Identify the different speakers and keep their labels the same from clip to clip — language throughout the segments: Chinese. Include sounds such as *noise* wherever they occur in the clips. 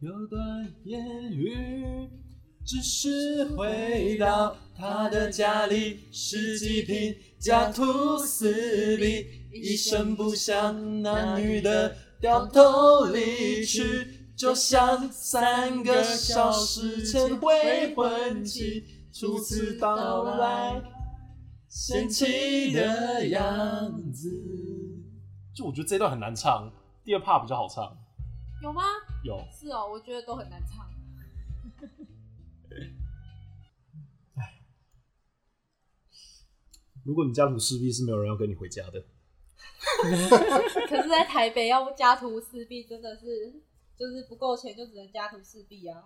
Speaker 1: 有段言语只是回到他的家里，十几瓶家徒四壁，一声不响，那女的掉头离去，就像三个小时前未婚妻，初次到来嫌弃的样子。就我觉得这段很难唱，第二 part 比较好唱，
Speaker 2: 有吗？
Speaker 1: 有。
Speaker 2: 是哦，我觉得都很难唱。
Speaker 1: 如果你家徒四壁，是没有人要跟你回家的。
Speaker 2: 可是，在台北要家徒四壁，真的是就是不够钱，就只能家徒四壁啊。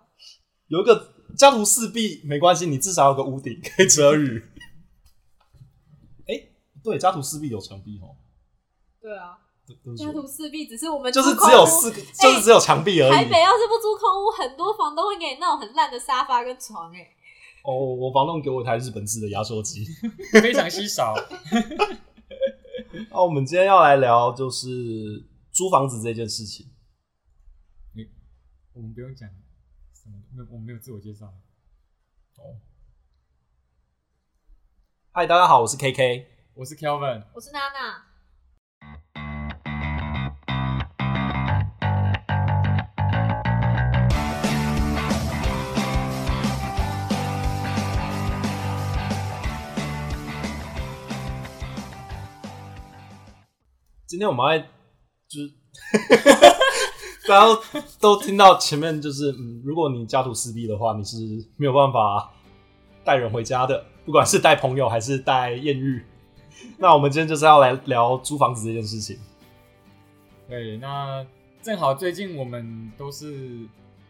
Speaker 1: 有一个家徒四壁没关系，你至少有个屋顶可以遮 *laughs* 雨。哎、对，家徒四壁有墙壁哦。
Speaker 2: 对啊，
Speaker 1: 对对不起
Speaker 2: 家徒四壁只是我们
Speaker 1: 就是
Speaker 2: 住空
Speaker 1: 只有
Speaker 2: 屋
Speaker 1: 四个，就是只有墙壁而
Speaker 2: 台
Speaker 1: 已。
Speaker 2: 北要是不租空屋，很多房东会给你那种很烂的沙发跟床、哎，
Speaker 1: 哦，我房东给我一台日本制的压缩机。 *laughs*
Speaker 3: *laughs* 非常稀少。
Speaker 1: 那我们今天要来聊就是租房子这件事情。
Speaker 3: 我们不用讲什么，没有，我们没有自我介绍。
Speaker 1: 哦，嗨，大家好，我是 KK。
Speaker 3: 我是 Kelvin，
Speaker 2: 我是娜娜，
Speaker 1: 今天我们来就是 *laughs* 大家都都听到前面就是，嗯，如果你家徒四壁的话，你是没有办法带人回家的，不管是带朋友还是带艳遇。那我们今天就是要来聊租房子这件事情。
Speaker 3: 对，那正好最近我们都是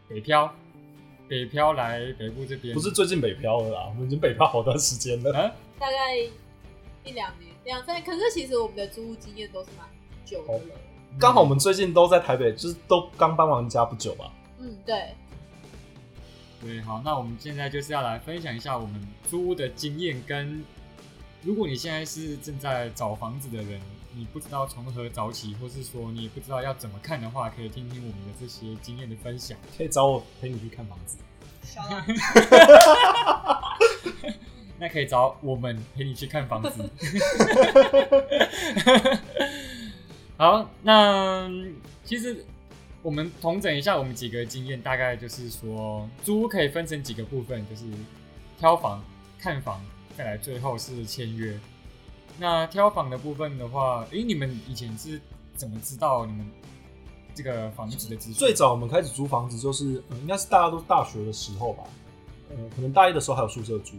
Speaker 3: 北漂，北漂来北部这边，
Speaker 1: 不是最近北漂了啦，我们已经北漂好段时间了。
Speaker 3: 啊？
Speaker 2: 大概一两年、两三年。可是其实我们的租屋经验都是蛮久的了。
Speaker 1: 刚好我们最近都在台北，就是都刚搬完家不久吧。
Speaker 2: 嗯，对，
Speaker 3: 嗯对，好，那我们现在就是要来分享一下我们租屋的经验，跟如果你现在是正在找房子的人，你不知道从何找起，或是说你也不知道要怎么看的话，可以听听我们的这些经验的分享。
Speaker 1: 可以找我陪你去看房子。
Speaker 2: 小啦
Speaker 3: 那可以找我们陪你去看房子。 *laughs* 好，那其实我们统整一下我们几个经验，大概就是说，租屋可以分成几个部分，就是挑房、看房，再来最后是签约。那挑房的部分的话，诶、你们以前是怎么知道你们这个房子的资讯？
Speaker 1: 最早我们开始租房子就是，嗯，应该是大家都大学的时候吧，呃，可能大一的时候还有宿舍租，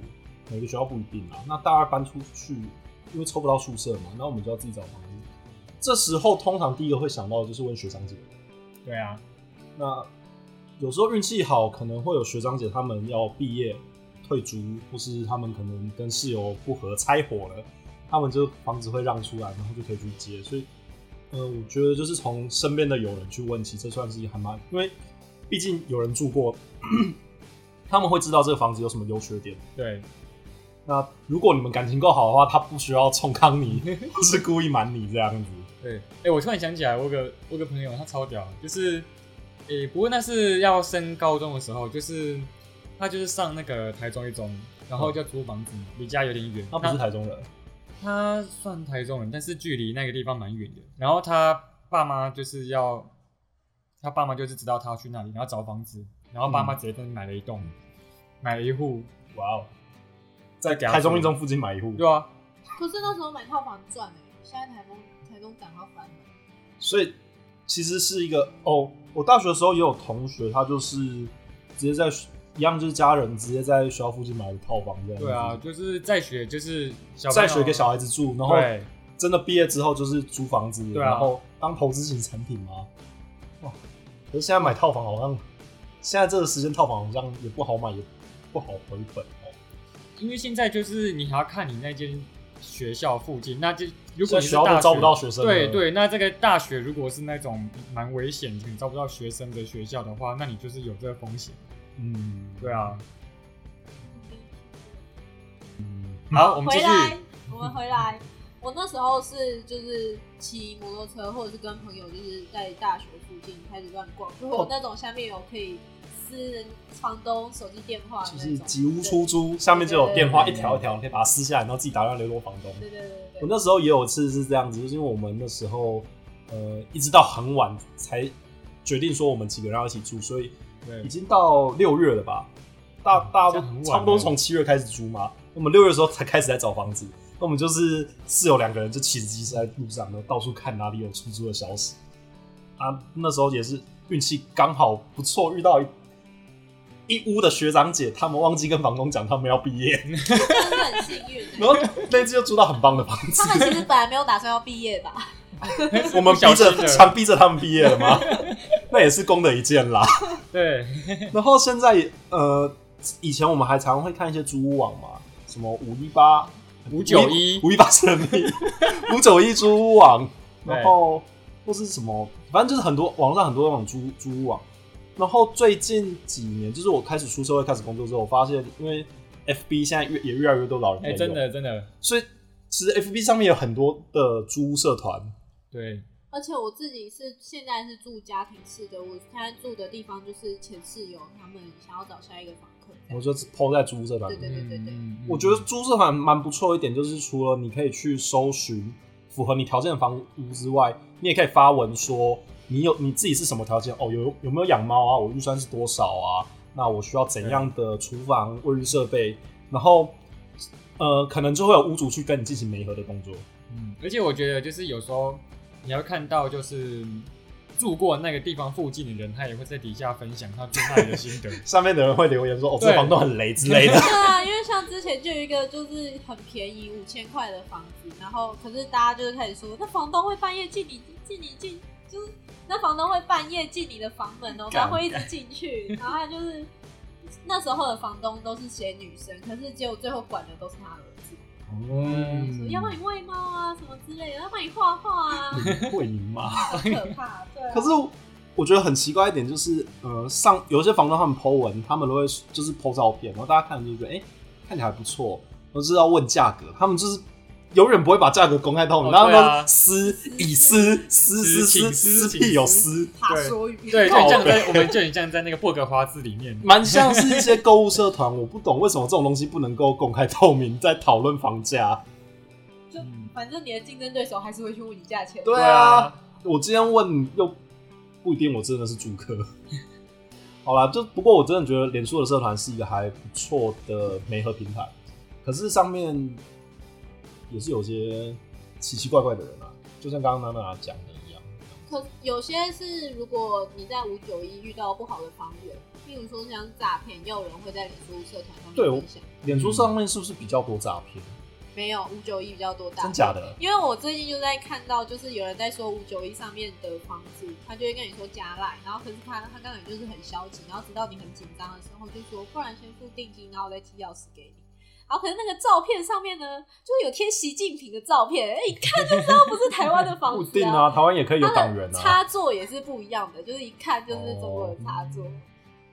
Speaker 1: 每个学校不一定啊。那大二搬出去，因为抽不到宿舍嘛，那我们就要自己找房子。这时候通常第一个会想到的就是问学长姐，
Speaker 3: 对啊，
Speaker 1: 那有时候运气好，可能会有学长姐他们要毕业退租，或是他们可能跟室友不和拆伙了，他们就房子会让出来，然后就可以去接。所以，呃，我觉得就是从身边的友人去问起，这算是还蛮，因为毕竟有人住过， *coughs* 他们会知道这个房子有什么优缺点。
Speaker 3: 对，
Speaker 1: 那如果你们感情够好的话，他不需要冲康你，或 *laughs* 是故意瞒你这样子。
Speaker 3: 对，哎、我突然想起来，我有个我有个朋友，他超屌，就是，哎、不过那是要升高中的时候，就是他就是上那个台中一中，然后就租房子，离家有点远。
Speaker 1: 嗯他不是台中人，
Speaker 3: 他算台中人，但是距离那个地方蛮远的。然后他爸妈就是要，他爸妈就是知道他要去那里，然后找房子，然后爸
Speaker 1: 嗯
Speaker 3: 妈直接跟他买了一栋，买了一户，
Speaker 1: 哇哦，在
Speaker 3: 给他
Speaker 1: 台中
Speaker 3: 住
Speaker 1: 一中附近买一户，
Speaker 3: 对啊，
Speaker 2: 可是那时候买套房赚哎、现在台中台中涨到翻了。
Speaker 1: 所以其实是一个哦，我大学的时候也有同学，他就是直接在一样就是家人直接在学校附近买的套房这样子，
Speaker 3: 对啊，就是在学就是小
Speaker 1: 再学给
Speaker 3: 孩，
Speaker 1: 小孩子住，然后
Speaker 3: 对，
Speaker 1: 真的毕业之后就是租房子，
Speaker 3: 对啊
Speaker 1: 然后当投资型产品嘛。哇，可是现在买套房好像，现在这个时间套房好像也不好买，也不好回本哦。
Speaker 3: 因为现在就是你还要看你那间学校附近，那就如
Speaker 1: 现
Speaker 3: 果
Speaker 1: 在
Speaker 3: 你
Speaker 1: 学
Speaker 3: 是
Speaker 1: 校
Speaker 3: 大
Speaker 1: 都
Speaker 3: 学
Speaker 1: 招不到学生了，
Speaker 3: 对对，那这个大学如果是那种蛮危险，你招不到学生的学校的话，那你就是有这个风险。
Speaker 1: 嗯，
Speaker 3: 对啊，好，我们继
Speaker 2: 回
Speaker 3: 续。
Speaker 1: 嗯
Speaker 2: 来，我们回来。 *laughs* 我那时候是就是骑摩托车，或者是跟朋友就是在大学附近开始乱逛，就会有那种下面有可以私人房东手机电
Speaker 3: 啊
Speaker 2: 话的
Speaker 1: 就
Speaker 2: 那
Speaker 1: 是
Speaker 2: 种，
Speaker 1: 吉屋出租，
Speaker 2: 对
Speaker 1: 下面就有电话一条一条，你可以把它撕下来，然后自己打电话联络房东。
Speaker 2: 对对对对
Speaker 1: 我
Speaker 2: 对，
Speaker 1: 那时候也有次是这样子，就是因为我们那时候呃一直到很晚才决定说我们几个人要一起住，所以
Speaker 3: 对
Speaker 1: 已，经到六月了吧，大大
Speaker 3: 嗯这样很晚了欸
Speaker 1: 差不多从七月开始租嘛，那么六月的时候才开始在找房子。那我们就是室友两个人就骑着机车在路上，然后到处看哪里有出租的消息。啊，那时候也是运气刚好不错，遇到一一屋的学长姐，他们忘记跟房东讲他们要毕业，
Speaker 2: 真的很幸运
Speaker 1: *laughs*
Speaker 2: 欸、
Speaker 1: 然后那次就租到很棒的房子。
Speaker 2: 他们其实本来没有打算要毕业吧？
Speaker 1: *laughs* *laughs* 我们逼
Speaker 3: 小心
Speaker 1: 着
Speaker 3: 的
Speaker 1: 强逼着他们毕业了
Speaker 3: *laughs*
Speaker 1: 吗？那也是功德一件啦。
Speaker 3: 对，
Speaker 1: 然后现在呃，以前我们还常会看一些租屋网嘛，什么五一八、
Speaker 3: 591
Speaker 1: 五一八神
Speaker 3: *laughs*
Speaker 1: 秘、五九一租屋网，
Speaker 3: 对
Speaker 1: 然后或是什么，反正就是很多网上很多那种租租屋网。然后最近几年，就是我开始出社会、开始工作之后，我发现，因为 FB 现在越也越来越多老人在
Speaker 3: 哎，
Speaker 1: 用，
Speaker 3: 真，的真的，
Speaker 1: 所以其实 FB 上面有很多的租屋社团，
Speaker 3: 对，
Speaker 2: 而且我自己是现在是住家庭式的，我现在住的地方就是前室友他们想要找下一个房客，
Speaker 1: 我就只 PO 在租屋社团里面
Speaker 2: 对对对对
Speaker 3: 嗯，嗯
Speaker 1: 我觉得租社团蛮不错一点，就是除了你可以去搜寻符合你条件的房屋之外，你也可以发文说你有你自己是什么条件哦，有有没有养猫啊？我预算是多少啊？那我需要怎样的厨房、卫浴设备？然后呃，可能就会有屋主去跟你进行媒合的动作。
Speaker 3: 嗯，而且我觉得就是有时候你要看到就是住过那个地方附近的人，他也会在底下分享他住那里的心
Speaker 1: *laughs*
Speaker 3: 得。
Speaker 1: 上面的人会留言说：“哦，这
Speaker 3: 对
Speaker 1: 房东很雷之
Speaker 2: *laughs*
Speaker 1: 类的。
Speaker 2: 对啊，因为像之前就有一个就是很便宜五千块的房子，然后可是大家就是开始说，那房东会半夜进你进你进，就是那房东会半夜进你的房门哦，他
Speaker 1: 干
Speaker 2: 会一直进去，然后他就是那时候的房东都是写女生，可是结果最后管的都是他儿子，说
Speaker 1: 哦
Speaker 3: 嗯
Speaker 2: 要帮你喂猫啊什么之类的，要帮你画画啊，
Speaker 1: 会赢吗？
Speaker 2: 很可怕，对、啊。
Speaker 1: 可是我觉得很奇怪一点就是，呃，上有一些房东他们 Po 文，他们都会就是 Po 照片，然后大家看了就觉得，哎、看起来还不错，我就是要问价格，他们就是永远不会把价格公开透明，
Speaker 3: 哦
Speaker 1: 然后
Speaker 3: 对啊
Speaker 1: 都撕以撕撕撕撕
Speaker 3: 请
Speaker 1: 撕
Speaker 3: 撕
Speaker 1: 屁有撕，
Speaker 2: 爬梭语，
Speaker 3: 对，就
Speaker 1: 靠
Speaker 3: 很像
Speaker 1: 北
Speaker 3: 在我们就很像在那个破格花字里 *laughs* 面，
Speaker 1: 蛮像是一些购物社团，我不懂为什么这种东西不能够公开透明，在讨论房价。
Speaker 2: 就
Speaker 3: 嗯
Speaker 2: 反正你的竞争对手还是会去问你价钱，
Speaker 1: 对啊，我今天问又不一定，我真的是住客。 *laughs* 好啦，就不过我真的觉得脸书的社团是一个还不错的媒合平台，可是上面也是有些奇奇怪怪的人啊，就像刚刚娜娜讲的一样，
Speaker 2: 可有些是，如果你在五九一遇到不好的房源，例如说像诈骗，也有人会在脸书社团上
Speaker 1: 对
Speaker 2: 面分享。
Speaker 1: 脸书上面是不是比较多诈骗？
Speaker 2: 没有五九一比较多大，
Speaker 1: 真假的？
Speaker 2: 因为我最近就在看到，就是有人在说五九一上面的房子，他就会跟你说加赖，然后可是他他刚才就是很消极，然后直到你很紧张的时候就说，不然先付定金，然后我再寄钥匙给你。然后可是那个照片上面呢，就是有贴习近平的照片，哎，一看就知道不是台湾的
Speaker 1: *laughs*
Speaker 2: 房
Speaker 1: 不
Speaker 2: 子、 *laughs*
Speaker 1: 一定啊，台湾也可以有
Speaker 2: 它
Speaker 1: 党
Speaker 2: 的
Speaker 1: 员啊。
Speaker 2: 插座也是不一样的，就是一看就是中国的插座。
Speaker 1: 哦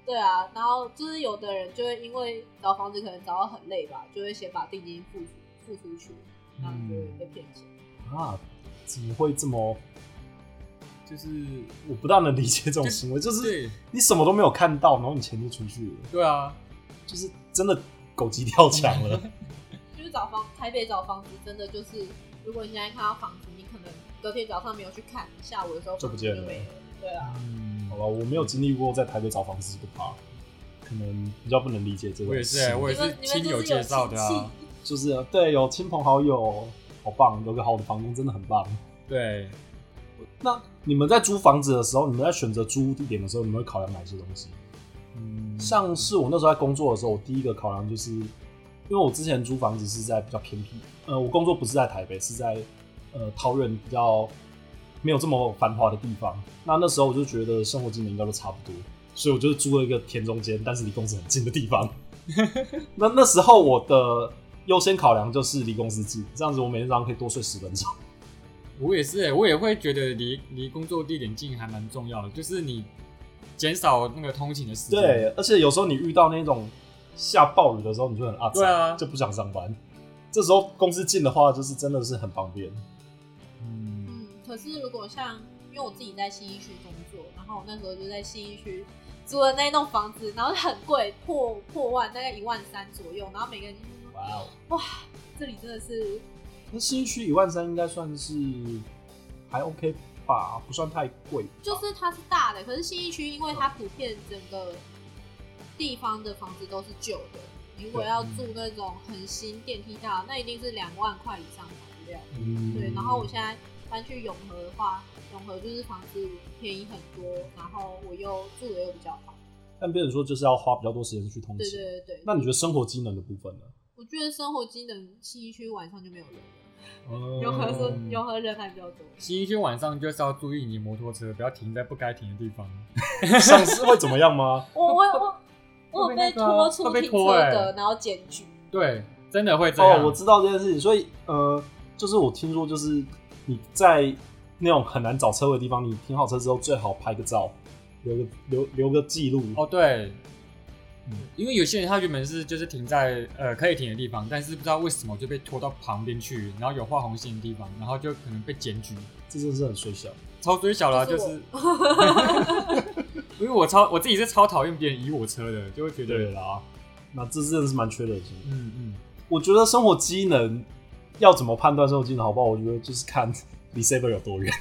Speaker 2: 对啊，然后就是有的人就会因为找房子可能找到很累吧，就会先把定金付出付出去，然后就会被骗钱。
Speaker 3: 嗯
Speaker 1: 啊，怎么会这么？
Speaker 3: 就是
Speaker 1: 我不大能理解这种行为，就是
Speaker 3: 对
Speaker 1: 你什么都没有看到，然后你钱就出去了，
Speaker 3: 对啊，
Speaker 1: 就是真的狗急跳墙了。
Speaker 2: 就是找房，台北找房子真的就是，如果你现在看到房子，你可能隔天早上没有去看，下午的时候
Speaker 1: 就不
Speaker 2: 房子
Speaker 1: 见了
Speaker 2: 没了。对啊，
Speaker 3: 嗯
Speaker 1: 好，吧，我没有经历过在台北找房子这个 part，可能比较不能理解这个。
Speaker 3: 我也是欸我也
Speaker 2: 你
Speaker 3: 是
Speaker 2: 们你们
Speaker 3: 亲
Speaker 2: 就
Speaker 3: 友
Speaker 2: 是有
Speaker 3: 介绍
Speaker 2: 亲
Speaker 3: 的啊
Speaker 2: 戚
Speaker 1: 就是对有亲朋好友，好棒，有个好的房东真的很棒。
Speaker 3: 对，
Speaker 1: 那你们在租房子的时候，你们在选择租屋地点的时候，你们会考量哪些东西？
Speaker 3: 嗯，
Speaker 1: 像是我那时候在工作的时候，我第一个考量就是，因为我之前租房子是在比较偏僻，呃，我工作不是在台北，是在呃桃园比较没有这么繁华的地方。那那时候我就觉得生活技能应该都差不多，所以我就租了一个田中间，但是离公司很近的地方。 *laughs* 那那时候我的优先考量就是离公司近，这样子我每天早上可以多睡十分钟。
Speaker 3: 我也是欸，我也会觉得离离工作地点近还蛮重要的，就是你减少那个通勤的时间。
Speaker 1: 对，而且有时候你遇到那种下暴雨的时候，你就很阿
Speaker 3: 对啊
Speaker 1: 就不想上班。这时候公司进的话，就是真的是很方便。
Speaker 3: 嗯，
Speaker 2: 嗯，可是如果像因为我自己在信义区工作，然后我那时候就在信义区租了那一栋房子，然后很贵，破破万，大概一万三左右，然后每个人就说
Speaker 1: 哇哦，
Speaker 2: 这里真的是
Speaker 1: 那新区一万三应该算是还 OK 吧，不算太贵吧。
Speaker 2: 就是它是大的，可是信义区因为它普遍整个地方的房子都是旧的，你如果
Speaker 1: 嗯
Speaker 2: 要住那种很新电梯大的，那一定是两万块以上的房料。
Speaker 1: 嗯
Speaker 2: 对，然后我现在搬去永和的话，永和就是房子便宜很多，然后我又住的又比较好。
Speaker 1: 但变成说就是要花比较多时间去通
Speaker 2: 对
Speaker 1: 勤。
Speaker 2: 对对对，
Speaker 1: 那你觉得生活机能的部分呢？
Speaker 2: 我觉得生活机能信义区晚上就没有人了，
Speaker 3: 哦
Speaker 2: 永和
Speaker 1: 嗯，
Speaker 2: 是永和人还比较多。
Speaker 3: 星期天晚上就是要注意你摩托车不要停在不该停的地方。
Speaker 1: 上司会怎么样吗？
Speaker 2: 我我我我
Speaker 3: *laughs*
Speaker 2: 有
Speaker 3: 会被
Speaker 2: 被
Speaker 3: 那个啊
Speaker 2: 拖出
Speaker 3: 会被
Speaker 2: 停
Speaker 3: 拖
Speaker 2: 车
Speaker 3: 欸
Speaker 2: 的，然后检举。
Speaker 3: 对，真的会这样。
Speaker 1: 哦，我知道这件事情，所以呃，就是我听说，就是你在那种很难找车位的地方，你停好车之后，最好拍个照，留个留留个记录。
Speaker 3: 哦，对，嗯因为有些人他原本是就是停在呃可以停的地方，但是不知道为什么就被拖到旁边去，然后有画红线的地方，然后就可能被检举，
Speaker 1: 这真的是很水小。
Speaker 3: 超追小了，就
Speaker 2: 就是是
Speaker 3: *laughs* 因为我超我自己是超讨厌别人移我车的，就会觉
Speaker 1: 对
Speaker 3: 得啦，
Speaker 1: 那这真的是蛮缺人性的。
Speaker 3: 嗯嗯，
Speaker 1: 我觉得生活机能要怎么判断生活机能好不好？我觉得就是看离 seven 有多
Speaker 3: *laughs*
Speaker 1: 远，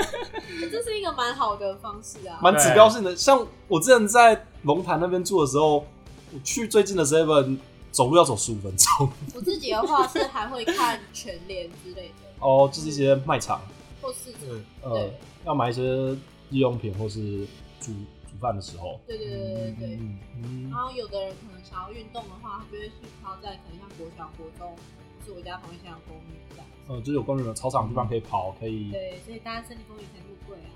Speaker 2: 欸这是一个蛮好的方式啊。
Speaker 1: 蛮指标性的。像我之前在龙潭那边住的时候，我去最近的 seven 走路要走十五分钟。 *laughs*
Speaker 2: 我自己的话是还会看全联之类的，
Speaker 1: 哦，就是一些卖场，
Speaker 2: 或是
Speaker 3: 对，
Speaker 1: 呃
Speaker 2: 对，
Speaker 1: 要买一些日用品或是煮煮饭的时候。
Speaker 2: 对对对对对啊对。
Speaker 3: 嗯
Speaker 1: 嗯
Speaker 2: 然，后有的人可能想要运动的话，他就会去挑战可能像国小、国中，就是我家旁边像有公园这样。
Speaker 3: 哦
Speaker 1: 呃，就是有公园、有操场地方可以跑，可以。
Speaker 2: 嗯对，所以大家森林公园才入柜啊。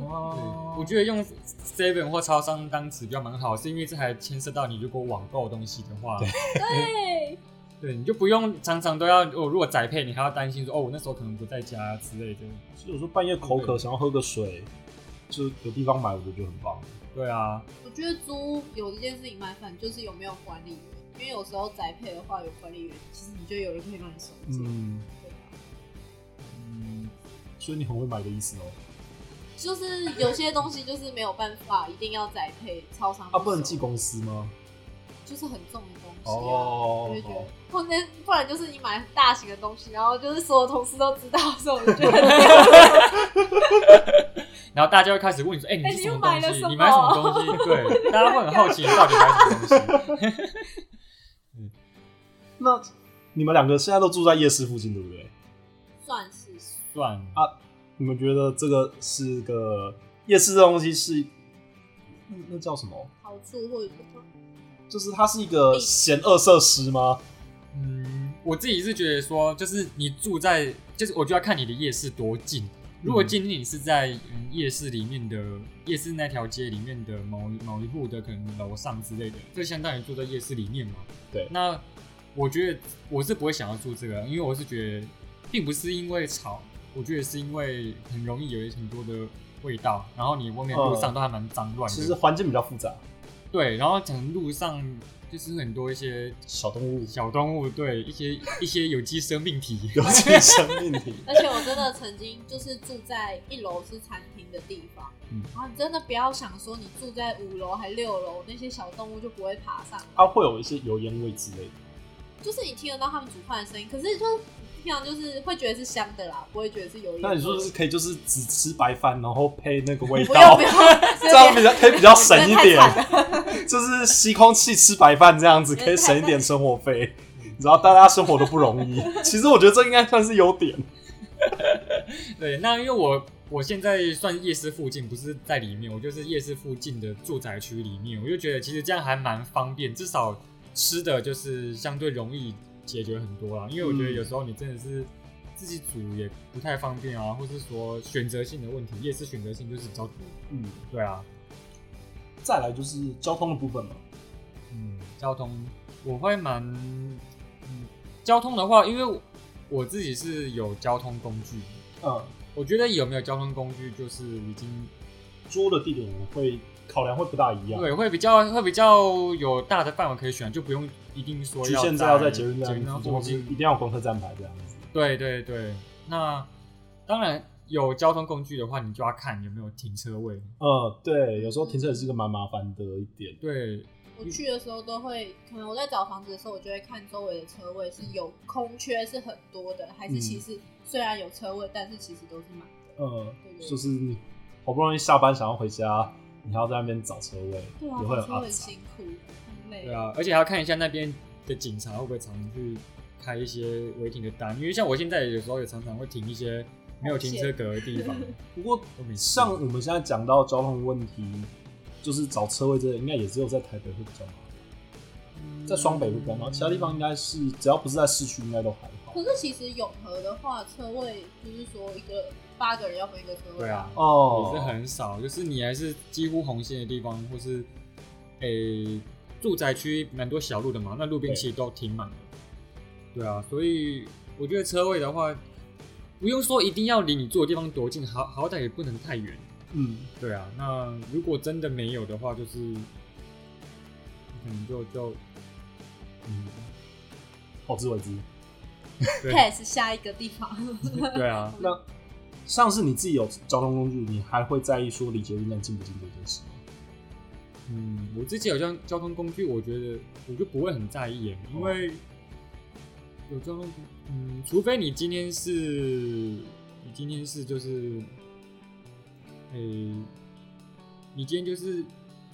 Speaker 1: 哦
Speaker 2: *laughs*
Speaker 3: 对我觉得用 Seven 或超商当指标蛮好，是因为这还牵涉到你如果网购东西的话，
Speaker 2: 对，
Speaker 3: 对，你就不用常常都要，我如果宅配，你还要担心说哦，我那时候可能不在家之类的。
Speaker 1: 所以有时候半夜口渴，
Speaker 3: 对
Speaker 1: 想要喝个水，就有地方买，我觉得就很棒。
Speaker 3: 对啊，
Speaker 2: 我觉得租屋有一件事情麻烦，就是有没有管理员，因为有时候宅配的话有管理员，其实你就有人可以帮你收件。
Speaker 1: 嗯，
Speaker 2: 对啊
Speaker 1: 嗯，所以你很会买的意思哦。
Speaker 2: 就是有些东西就是没有办法，一定要宅配超商
Speaker 1: 啊，不能寄
Speaker 2: 收
Speaker 1: 公司吗？
Speaker 2: 就是很重的东西、啊。
Speaker 1: 哦
Speaker 2: 我就觉得，不然不然就是你买很大型的东西，然后就是所有同事都知道，所以我就觉得 *laughs*
Speaker 1: *laughs*
Speaker 3: 然后大家会开始问你说：“哎、你
Speaker 2: 哎
Speaker 3: 是
Speaker 2: 你
Speaker 3: 什
Speaker 2: 又
Speaker 3: 么东
Speaker 2: 买了
Speaker 3: 西？
Speaker 2: 什
Speaker 3: 你买什么
Speaker 2: 么
Speaker 3: 东西？”对，大家会很好奇你到底买
Speaker 2: *laughs*
Speaker 3: 什么东西。
Speaker 1: 那你们两个现在都住在夜市附近，对不对？
Speaker 2: 算是
Speaker 3: 算了，
Speaker 1: 你们觉得这个是个夜市这东西是那那叫什么？
Speaker 2: 好处或者
Speaker 1: 就是它是一个险恶设施吗？
Speaker 3: 嗯，我自己是觉得说，就是你住在，就是我就要看你的夜市多近。如果今天你是在嗯夜市里面的夜市那条街里面的某某一户的可能楼上之类的，就相当于住在夜市里面嘛。
Speaker 1: 对
Speaker 3: 那我觉得我是不会想要住这个，因为我是觉得并不是因为吵，我觉得是因为很容易有很多的味道，然后你外面路上都还蛮脏乱的。
Speaker 1: 嗯其实环境比较复杂，
Speaker 3: 对，然后可能路上就是很多一些
Speaker 1: 小动物
Speaker 3: 小动物，对一些一些有机生命体，
Speaker 1: 有机生命体
Speaker 2: *laughs* 而且我真的曾经就是住在一楼是餐厅的地方，
Speaker 1: 嗯
Speaker 2: 然后你真的不要想说你住在五楼还六楼，那些小动物就不会爬上来，
Speaker 1: *laughs* 它会有一些油烟味之类的。
Speaker 2: 就是你听得到它们煮饭的声音，可是就是平常就是会觉得是香的啦，不会觉得是油烟味。
Speaker 1: 那你说是可以就是只吃白饭，然后配那个味
Speaker 2: 不要
Speaker 1: 道 *laughs*
Speaker 2: 不，要，
Speaker 1: 这样比较可以比较省一点
Speaker 2: 真的
Speaker 1: *laughs*
Speaker 2: 太，
Speaker 1: 就是吸空气吃白饭这样子，可以省一点生活费。
Speaker 2: *laughs*
Speaker 1: 你知道大家生活都不容易，其实我觉得这应该算是优点。
Speaker 3: *laughs* 对，那因为我我现在算夜市附近，不是在里面，我就是夜市附近的住宅区里面，我就觉得其实这样还蛮方便，至少吃的就是相对容易解决很多啦。因为我觉得
Speaker 1: 嗯
Speaker 3: 有时候你真的是自己煮也不太方便啊，或是说选择性的问题，夜市选择性就是比较多。
Speaker 1: 嗯，
Speaker 3: 对啊，
Speaker 1: 再来就是交通的部分嘛。
Speaker 3: 嗯，交通我会蛮，嗯，交通的话，因为我我自己是有交通工具的，
Speaker 1: 嗯，
Speaker 3: 我觉得有没有交通工具就是已经
Speaker 1: 租的地点我会考量会不大一样。
Speaker 3: 对，会比较会比较有大的范围可以选，就不用一定说
Speaker 1: 局
Speaker 3: 要
Speaker 1: 限在要在捷运站附近，
Speaker 3: 或
Speaker 1: 或是
Speaker 3: 是
Speaker 1: 一定要有公车站牌这样子。
Speaker 3: 对对对。那当然有交通工具的话，你就要看有没有停车位。
Speaker 1: 嗯，对，有时候停车也是个蛮麻烦的一点。
Speaker 3: 对，
Speaker 2: 我去的时候都会，可能我在找房子的时候，我就会看周围的车位是有空缺是很多的，还是其实虽然有车位，但是其实都是满的。
Speaker 1: 嗯，
Speaker 2: 对
Speaker 1: 就是你好不容易下班想要回家，你还要在那边找车位，
Speaker 2: 对啊，
Speaker 1: 也会
Speaker 2: 开
Speaker 1: 很
Speaker 2: 车
Speaker 1: 阿
Speaker 2: 很
Speaker 1: 杂。
Speaker 2: 辛苦，很累。
Speaker 3: 对啊，而且还要看一下那边的警察会不会常常去开一些违停的单，因为像我现在有时候也常常会停一些没有停车格的地方。
Speaker 1: 不过
Speaker 3: 都没
Speaker 1: 嗯
Speaker 3: 事
Speaker 1: 像我们现在讲到交通问题，就是找车位这个，应该也只有在台北会比较麻烦，在双北会比较麻烦，其他地方应该是只要不是在市区，应该都还好
Speaker 2: 可。是其实永和的话，车位就是说一个八个人要分一个车位。
Speaker 3: 对啊，
Speaker 1: 哦，
Speaker 3: 也是很少，就是你还是几乎红线的地方，或是诶、住宅区蛮多小路的嘛，那路边
Speaker 1: 对
Speaker 3: 其实都停满了。对啊，所以我觉得车位的话，不用说一定要离你住的地方多近，好好歹也不能太远。
Speaker 1: 嗯，
Speaker 3: 对啊，那如果真的没有的话，就是可能就就嗯，
Speaker 1: 好自为之。
Speaker 3: 对
Speaker 2: pass 下一个地方。 *laughs*
Speaker 3: 对啊，
Speaker 1: 那像是你自己有交通工具，你还会在意说离捷运站近不近这件事吗？
Speaker 3: 嗯，我自己有交交通工具，我觉得我就不会很在意耶，因为
Speaker 1: 哦
Speaker 3: 有交通工，嗯，除非你今天是，你今天是就是，诶、你今天就是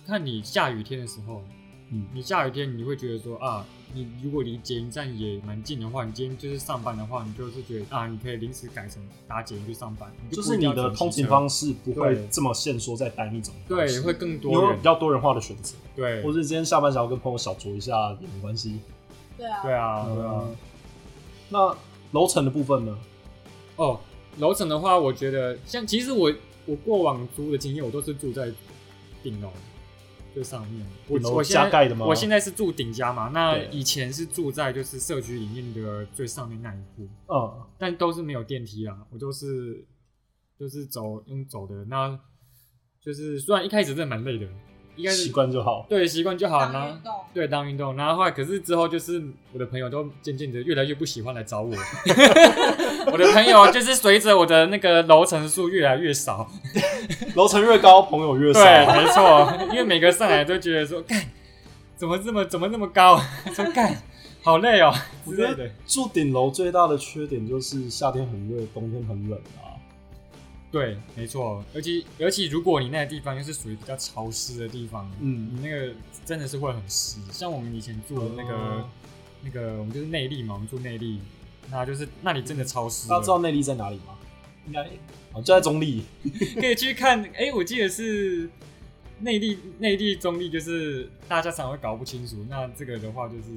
Speaker 3: 看你下雨天的时候，
Speaker 1: 嗯
Speaker 3: 你下雨天你会觉得说啊，你如果离捷运站也蛮近的话，你今天就是上班的话，你就是觉得啊，你可以临时改成搭捷运去上班，你
Speaker 1: 就
Speaker 3: 就是不一
Speaker 1: 你
Speaker 3: 定要
Speaker 1: 的
Speaker 3: 转
Speaker 1: 通
Speaker 3: 汽
Speaker 1: 勤
Speaker 3: 车
Speaker 1: 方式不会
Speaker 3: 对
Speaker 1: 这么限缩在单一种方式，
Speaker 3: 对会更
Speaker 1: 你
Speaker 3: 多
Speaker 1: 有
Speaker 3: 人
Speaker 1: 比，较多元化的选择，
Speaker 3: 对
Speaker 1: 或是今天下班想要跟朋友小酌一下也没关系。
Speaker 2: 对啊，
Speaker 3: 对啊对啊。
Speaker 1: 嗯，那楼层的部分呢？
Speaker 3: 哦，楼层的话，我觉得像其实我我过往租的经验，我都是住在顶楼最上面。我
Speaker 1: 顶楼
Speaker 3: 我现在
Speaker 1: 加盖的吗
Speaker 3: 我现在是住顶家嘛，那
Speaker 1: 对
Speaker 3: 以前是住在就是社区里面的最上面那一户，
Speaker 1: 嗯，
Speaker 3: 但都是没有电梯啦，我都是就是走用走的。那就是虽然一开始真的蛮累的，一开
Speaker 1: 习
Speaker 3: 始
Speaker 1: 惯就好。
Speaker 3: 对啊习惯就好啦。
Speaker 2: 当运动。
Speaker 3: 对，当运动，然后后来可是之后就是我的朋友都渐渐的越来越不喜欢
Speaker 1: *laughs*
Speaker 3: 来找我，我的朋友就是随着我的那个楼层数越来越少，
Speaker 1: *laughs* 楼层越高，朋友越少。
Speaker 3: 对，没错，因为每个上来都觉得说，干，怎么这么怎么那么高， *laughs* 说干，好累哦
Speaker 1: 我
Speaker 3: 之
Speaker 1: 觉
Speaker 3: 类
Speaker 1: 得
Speaker 3: 的，
Speaker 1: 住顶楼最大的缺点就是夏天很热，冬天很冷啊。
Speaker 3: 对，没错，而且而且如果你那个地方又是属于比较潮湿的地方，
Speaker 1: 嗯
Speaker 3: 你那个真的是会很湿，像我们以前住的那个、
Speaker 1: 哦
Speaker 3: 那个，我们就是内力嘛，我们住内力。那就是那里真的超湿了，
Speaker 1: 大家知道内力在哪里吗？应该哦，就在中立。
Speaker 3: 可以去看。哎、我记得是内地、内地、中立，就是大家常常会搞不清楚。那这个的话，就是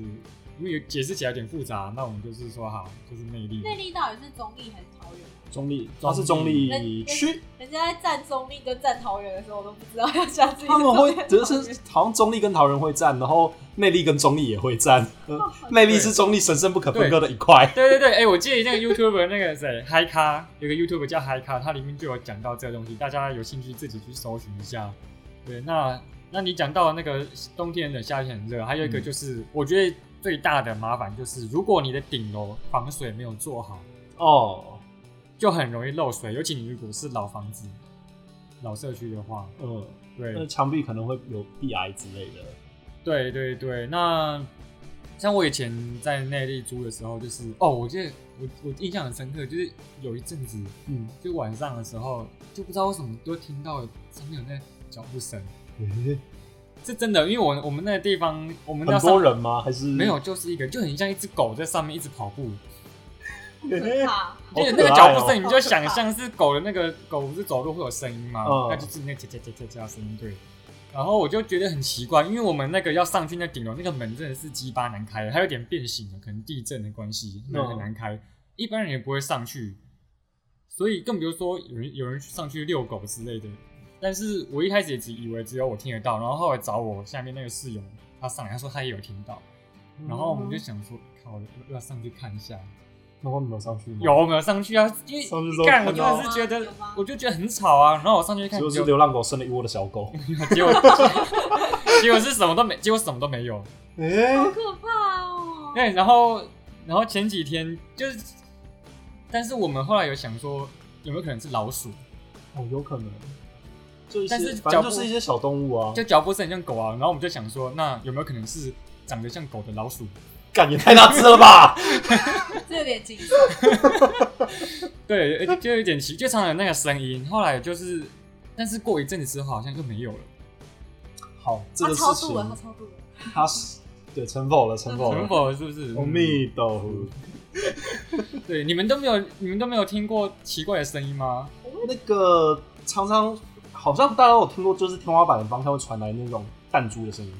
Speaker 3: 因为有解释起来有点复杂，那我们就是说好，就是内地。
Speaker 2: 内力到底是中立还是桃园？啊
Speaker 1: 中立，它
Speaker 3: 中立
Speaker 1: 是中立区，
Speaker 2: 人家在站中立跟站桃园的时候，我都不知道要讲自 *laughs* 己。
Speaker 1: 他们会得是好像中立跟桃园会战，然后内力跟中立也会
Speaker 2: *laughs*
Speaker 1: 战。呃内力是中立神圣不可分割的一块。
Speaker 3: 对对对，哎、我记得那个 YouTube 那个谁嗨咖，有个 YouTube 叫嗨咖，它里面就有讲到这个东西，大家有兴趣自己去搜寻一下。对，那那你讲到那个冬天很冷，夏天很热，还有一个
Speaker 1: 嗯
Speaker 3: 就是、我觉得最大的麻烦就是，如果你的顶楼防水没有做好，
Speaker 1: 哦，
Speaker 3: 就很容易漏水，尤其你如果是老房子、老社区的话，
Speaker 1: 嗯，
Speaker 3: 对、
Speaker 1: 那墙壁可能会有壁癌之类的。
Speaker 3: 对对对。那像我以前在内地租的时候，就是哦，我记得我我印象很深刻，就是有一阵子，
Speaker 1: 嗯，
Speaker 3: 就晚上的时候，就不知道为什么都听到上面有那脚步声，嗯
Speaker 1: 诶
Speaker 3: 是真的，因为我我们那个地方，我们那
Speaker 1: 很
Speaker 3: 上
Speaker 1: 多人吗？还是
Speaker 3: 没有，？就是一个就很像一只狗在上面一直跑步，
Speaker 2: 可怕，
Speaker 3: 就是
Speaker 1: 好
Speaker 3: 那
Speaker 1: 可
Speaker 3: 个
Speaker 1: 爱
Speaker 3: 脚
Speaker 1: 哦
Speaker 3: 步声，你就想象是狗的那个狗不是走路会有声音吗
Speaker 1: 嗯？
Speaker 3: 那就是那个叽叽叽叽叽的声音，对。然后我就觉得很奇怪，因为我们那个要上去那顶楼，那个门真的是鸡巴难开，它有点变形了，可能地震的关系，门很难开，一般人也不会上去。所以更比如说有人有人上去遛狗之类的，但是我一开始也只以为只有我听得到，然后后来找我下面那个室友，嗯他上来，他说他也有听到，然后我们就想说，靠，要要上去看一下。
Speaker 1: 那我们有上去吗？
Speaker 3: 有，我们有上去啊，因为
Speaker 1: 上去之后
Speaker 3: 干我
Speaker 1: 看
Speaker 3: 真
Speaker 1: 到
Speaker 3: 的是觉
Speaker 2: 有啊
Speaker 3: 得
Speaker 2: 吗有吗，
Speaker 3: 我就觉得很吵啊。然后我上去看，
Speaker 1: 就
Speaker 3: 结
Speaker 1: 是
Speaker 3: 果
Speaker 1: 流浪狗生了一窝的小狗。
Speaker 3: 结果 *laughs* 结果是什么都没，结果什么都没有。
Speaker 1: 哎
Speaker 3: 嗯
Speaker 2: 好可怕哦！
Speaker 3: 对，然后然后前几天就是，但是我们后来有想说，有没有可能是老鼠？
Speaker 1: 哦，有可能，就一些
Speaker 3: 但是
Speaker 1: 反正
Speaker 3: 脚
Speaker 1: 就
Speaker 3: 步
Speaker 1: 是一些小动物啊
Speaker 3: 就，脚步声很像狗啊。然后我们就想说，那有没有可能是长得像狗的老鼠？
Speaker 1: 干也太大只了
Speaker 3: *laughs*
Speaker 1: 吧！
Speaker 2: 这有点惊悚。
Speaker 1: *laughs*
Speaker 3: 对，而且就有点奇，就常常有那个声音。后来就是，但是过一阵子之后好像就没有了，
Speaker 1: 好，这
Speaker 2: 他
Speaker 1: 个
Speaker 2: 超
Speaker 1: 事
Speaker 2: 度了，他
Speaker 1: 情
Speaker 2: 超度了。
Speaker 1: 他是对成否了，成否
Speaker 3: 成
Speaker 1: 了。
Speaker 3: 否了是不是？嗯
Speaker 1: 阿弥陀佛，
Speaker 3: 对，你们都没有，你们都没有听过奇怪的声音吗？
Speaker 1: 那个常常好像大家都有听过，就是天花板的方向会传来那种弹珠的声音，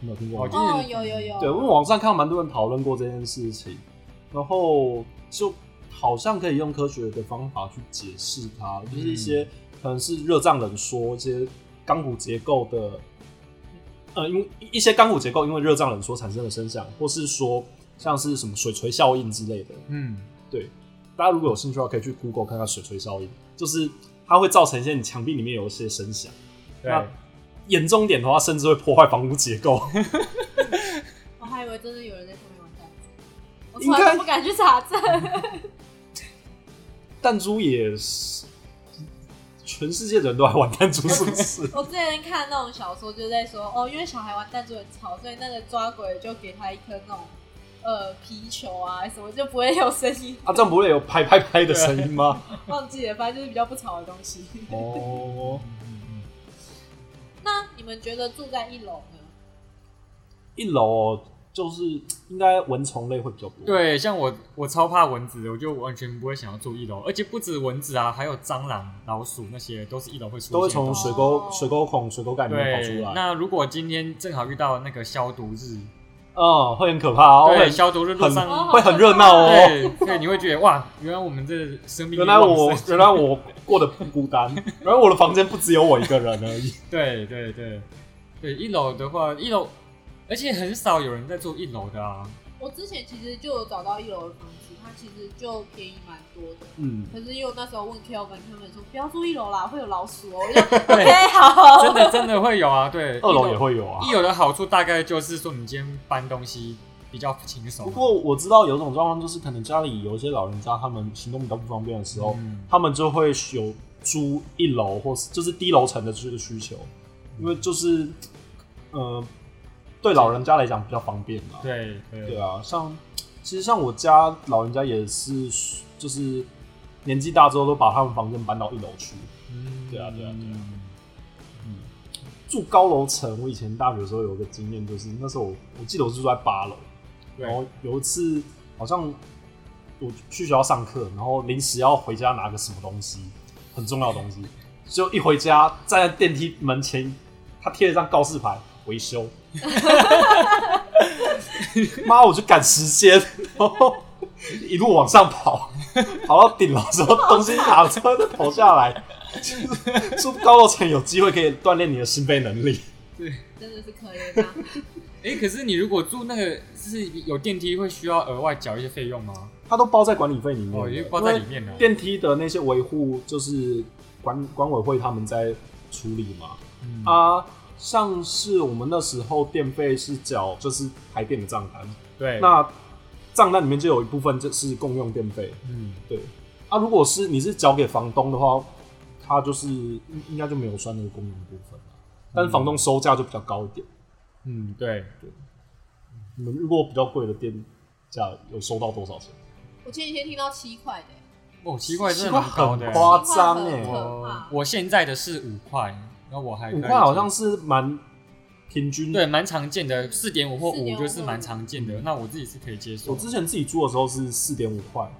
Speaker 1: 你有听过吗？
Speaker 3: 哦
Speaker 2: 哦，有有有。
Speaker 1: 对，因为网上看到蛮多人讨论过这件事情，然后就好像可以用科学的方法去解释它，就是一些可能是热胀冷缩，一些钢骨结构的，呃，因为一些钢骨结构因为热胀冷缩产生的声响，或是说像是什么水锤效应之类的。
Speaker 3: 嗯，
Speaker 1: 对，大家如果有兴趣的话，可以去 Google 看看水锤效应，就是它会造成一些你墙壁里面有一些声响。
Speaker 3: 对，
Speaker 1: 那严重点的话，甚至会破坏房屋结构。 *laughs*
Speaker 2: 我还以为真的有人在上面玩弹珠，我
Speaker 1: 应
Speaker 2: 从
Speaker 1: 该
Speaker 2: 来都不敢去查证。？
Speaker 1: 弹珠也是，全世界的人都爱玩弹珠，是不是
Speaker 3: *laughs*
Speaker 2: 我之前看那种小说，就在说哦，因为小孩玩弹珠很吵，所以那个抓鬼就给他一颗那种呃皮球啊什么，就不会有声音。
Speaker 1: 啊，这样不会有拍拍拍的声音吗？
Speaker 2: 忘记了，反正就是比较不吵的东西。 *laughs*
Speaker 1: 哦，
Speaker 2: 那你们觉得住在一楼呢？
Speaker 1: 一楼就是应该蚊虫类会比较多。，
Speaker 3: 对，像我，我超怕蚊子的，我就完全不会想要住一楼，而且不止蚊子啊，还有蟑螂、老鼠那些都是一楼会出现的，
Speaker 1: 都会从水沟、
Speaker 2: 哦
Speaker 1: 水沟孔、水沟盖里面跑
Speaker 3: 对
Speaker 1: 出。来。
Speaker 3: 那如果今天正好遇到那个消毒日，
Speaker 1: 嗯，会很可怕哦，会
Speaker 3: 对，
Speaker 1: 很
Speaker 3: 消毒日路上，
Speaker 2: 哦
Speaker 1: 会很热闹
Speaker 2: 好可
Speaker 1: 哦。
Speaker 3: 对对，你会觉得哇，原来我们这生命力
Speaker 1: *laughs* 原来我
Speaker 3: 旺盛
Speaker 1: 原来我过得不孤单，原来我的房间不只有我一个人而
Speaker 3: *laughs*
Speaker 1: 已。
Speaker 3: *laughs* 对对对对，一楼的话，一楼，而且很少有人在住一楼的啊，
Speaker 2: 我之前其实就有找到一楼的房子，它其实就便宜蛮多的。
Speaker 1: 嗯，
Speaker 2: 可是因为我那时候问 Kelvin，他们说不要住一楼啦，会有老鼠哦、我
Speaker 1: *laughs*
Speaker 2: 就
Speaker 3: 对
Speaker 2: OK 好， *laughs*
Speaker 3: 真的真的会有啊，对，
Speaker 1: 哦二楼
Speaker 3: 一
Speaker 1: 也。会有啊。
Speaker 3: 一楼的好处大概就是说，你今天搬东西比较轻松。啊
Speaker 1: 不过我知道有一种状况，就是可能家里有一些老人家，他们行动比较不方便的时候，
Speaker 3: 嗯
Speaker 1: 他们就会有租一楼或是就是低楼层的这个需求，
Speaker 3: 嗯
Speaker 1: 因为就是呃，对老人家来讲比较方便嘛。
Speaker 3: 对对
Speaker 1: 对啊，像其实像我家老人家也是，就是年纪大之后都把他们房间搬到一楼去。
Speaker 3: 嗯
Speaker 1: 对啊对啊对啊住高楼层，我以前大学的时候有个经验，就是那时候我我记得我是住在八楼，
Speaker 3: 对
Speaker 1: 然后有一次好像我去学校上课，然后临时要回家拿个什么东西，很重要的东西，就一回家站在电梯门前，他贴了一张告示牌维修， *laughs* 妈，我就赶时间，然后一路往上跑，跑到顶楼之后东西拿出来再跑下来。 *laughs* 就是住高楼层有机会可以锻炼你的心肺能力，
Speaker 2: 真的是可怜啊。
Speaker 3: 哎、可是你如果住那个是有电梯，会需要额外缴一些费用吗？
Speaker 1: 它都包在管理费里面的，
Speaker 3: 哦，也包在里面
Speaker 1: 因
Speaker 3: 了
Speaker 1: 为。电梯的那些维护就是管管委会他们在处理嘛。
Speaker 3: 嗯，
Speaker 1: 啊，像是我们那时候电费是缴就是台电的账单，
Speaker 3: 对，
Speaker 1: 那账单里面就有一部分就是共用电费。
Speaker 3: 嗯，
Speaker 1: 对，啊，如果是你是缴给房东的话，他就是应应该就没有算那个共用部分了但是房东收价就比较高一点。
Speaker 3: 嗯，对，
Speaker 1: 你们如果比较贵的电价有收到多少钱？
Speaker 2: 我前几天听到七块的、欸
Speaker 3: 哦，奇怪，真
Speaker 1: 奇
Speaker 3: 的
Speaker 1: 怪
Speaker 3: 蛮高
Speaker 1: 很
Speaker 3: 的。
Speaker 1: 夸张
Speaker 2: 奇怪
Speaker 1: 哎、
Speaker 2: 很
Speaker 1: 欸
Speaker 2: 夸，
Speaker 3: 我我现在的是五块，然后我还可以
Speaker 1: 五块好像是蛮平均。
Speaker 3: 对，蛮常见的，四点五或五
Speaker 2: 4.5
Speaker 3: 就是蛮常见的。那我自己是可以接受
Speaker 1: 嗯我
Speaker 3: 的。
Speaker 1: 之前自己租的时候是四点五块，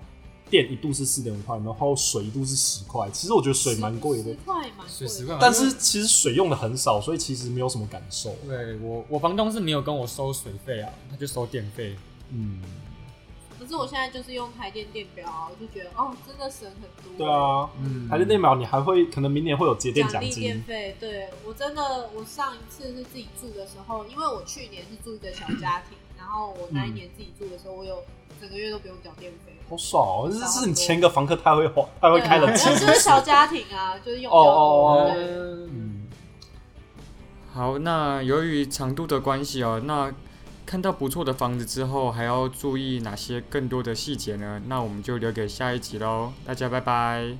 Speaker 1: 电一度是四点五块，然后水一度是十块。其实我觉得水蛮贵的
Speaker 2: 十，块蛮贵的，
Speaker 3: 水十块嘛，
Speaker 1: 但是其实水用的很少，所以其实没有什么感受。
Speaker 3: 对我我房东是没有跟我收水费啊，他就收电费。
Speaker 1: 嗯，
Speaker 2: 可是我现在就是用台电电表啊，我就觉得哦，真的省很多。
Speaker 1: 对，啊，
Speaker 3: 嗯，
Speaker 1: 台积电表你还会可能明年会有节电
Speaker 2: 奖
Speaker 1: 奖
Speaker 2: 励电
Speaker 1: 金，
Speaker 2: 费，对我真的，我上一次是自己住的时候，因为我去年是住一个小家庭，然后我那一
Speaker 1: 嗯
Speaker 2: 年自己住的时候，我有整个月都不用缴电费。
Speaker 1: 好爽哦！这是你前一个房客太会花，太会
Speaker 2: 对啊
Speaker 1: 开冷气
Speaker 2: 没有，就是小家庭啊，就是用
Speaker 1: 哦
Speaker 2: 比较
Speaker 1: 哦
Speaker 2: 多。
Speaker 1: 哦
Speaker 2: 对
Speaker 1: 嗯，
Speaker 4: 好，那由于长度的关系哦，那看到不错的房子之后，还要注意哪些更多的细节呢？那我们就留给下一集喽，大家拜拜。